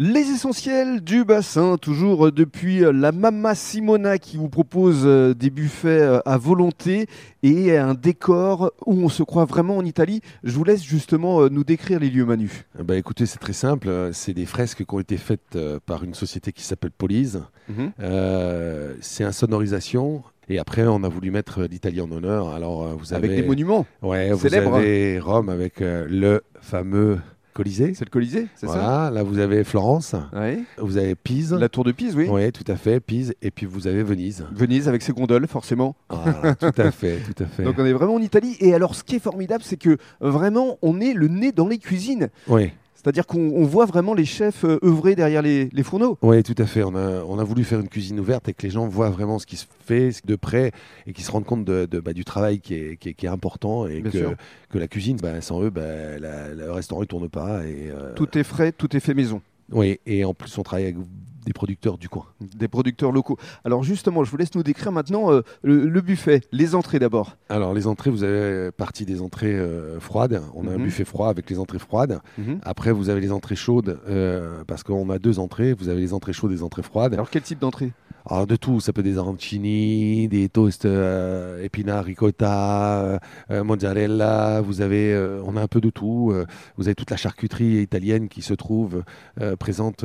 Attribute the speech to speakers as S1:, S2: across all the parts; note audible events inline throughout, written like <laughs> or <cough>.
S1: Les essentiels du bassin, toujours euh, depuis la Mama Simona qui vous propose euh, des buffets à volonté et un décor où on se croit vraiment en Italie. Je vous laisse justement euh, nous décrire les lieux Manu.
S2: Bah écoutez, c'est très simple. C'est des fresques qui ont été faites euh, par une société qui s'appelle Polise. Mmh. Euh, c'est un sonorisation et après, on a voulu mettre euh, l'Italie en honneur. Alors, euh, vous avez...
S1: Avec des monuments hein.
S2: Ouais, Célèbre. vous avez Rome avec euh, le fameux Colisée.
S1: C'est le Colisée, c'est
S2: voilà.
S1: ça
S2: Là, vous avez Florence.
S1: Ouais.
S2: Vous avez Pise.
S1: La tour de Pise, oui.
S2: Oui, tout à fait, Pise. Et puis, vous avez Venise.
S1: Venise avec ses gondoles, forcément. <laughs>
S2: Voilà, tout à fait, tout à fait.
S1: Donc, on est vraiment en Italie. Et alors, ce qui est formidable, c'est que vraiment, on est le nez dans les cuisines.
S2: Oui.
S1: C'est-à-dire qu'on voit vraiment les chefs euh, œuvrer derrière les, les, fourneaux.
S2: Oui, tout à fait. On a, on a, voulu faire une cuisine ouverte et que les gens voient vraiment ce qui se fait de près et qu'ils se rendent compte de, de bah, du travail qui est, qui est, qui est important et que, que, la cuisine, bah, sans eux, bah, la, le restaurant ne tourne pas. Et, euh...
S1: Tout est frais, tout est fait maison.
S2: Oui, et en plus, on travaille avec des producteurs du coin.
S1: Des producteurs locaux. Alors justement, je vous laisse nous décrire maintenant euh, le, le, buffet, les entrées d'abord.
S2: Alors les entrées, vous avez partie des entrées euh, froides. On mm -hmm. a un buffet froid avec les entrées froides. Mm
S1: Mhm.
S2: -hmm. Après, vous avez les entrées chaudes, euh, parce qu'on a deux entrées. Vous avez les entrées chaudes et les entrées froides.
S1: Alors quel type d'entrée
S2: alors Ah, de tout, ça peut être des arancini, des toasts euh, épinards, ricotta, euh, mozzarella. Vous avez, euh, on a un peu de tout. vous avez toute la charcuterie italienne qui se trouve euh, présente.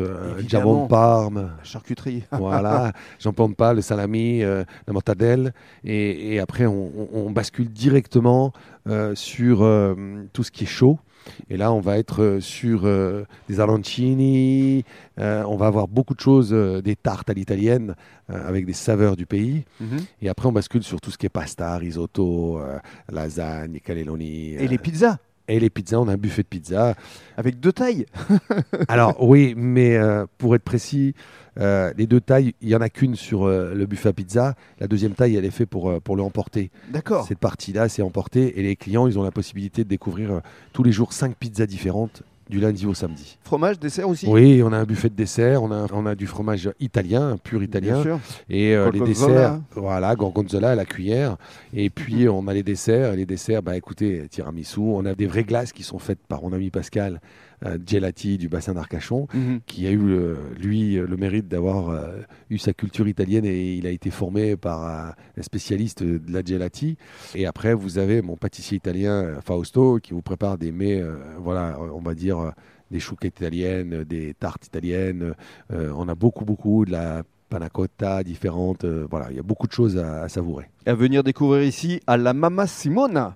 S2: jambon de Parme,
S1: la charcuterie.
S2: voilà, jambon de Parme, le salami, euh, la mortadelle. Et, et après, on, on, bascule directement euh, sur tout ce qui est chaud. Et là, on va être sur euh, des arancini, euh, on va avoir beaucoup de choses, euh, des tartes à l'italienne euh, avec des saveurs du pays. Mm
S1: Mhm.
S2: -hmm. Et après, on bascule sur tout ce qui est pasta, risotto, euh, lasagne, cannelloni. euh,
S1: Et les pizzas
S2: et les pizzas, on a un buffet de pizza.
S1: Avec deux tailles
S2: Alors <laughs> oui, mais euh, pour être précis, euh, les deux tailles, il n'y en a qu'une sur euh, le buffet à pizza. La deuxième taille, elle est faite pour, euh, pour le emporter.
S1: D'accord.
S2: Cette partie-là, c'est emporté. Et les clients, ils ont la possibilité de découvrir euh, tous les jours cinq pizzas différentes du lundi au samedi.
S1: Fromage, dessert aussi
S2: Oui, on a un buffet de dessert, on a, on a du fromage italien, pur italien. Bien sûr. Et euh, les desserts, voilà, gorgonzola à la cuillère. Et puis on a les desserts, et les desserts, bah écoutez, tiramisu, on a des vraies glaces qui sont faites par mon ami Pascal euh, Gelati du bassin d'Arcachon, mm
S1: Mhm.
S2: -hmm. qui a eu, euh, lui, le mérite d'avoir euh, eu sa culture italienne et il a été formé par un, un spécialiste de la gelati. Et après, vous avez mon pâtissier italien, euh, Fausto, qui vous prépare des mets, euh, voilà, on va dire euh, des chouquettes italiennes, des tartes italiennes. Euh, on a beaucoup, beaucoup de la panna cotta différente. Euh, voilà, il y a beaucoup de choses à, à savourer.
S1: Et à venir découvrir ici à la Mama Simona.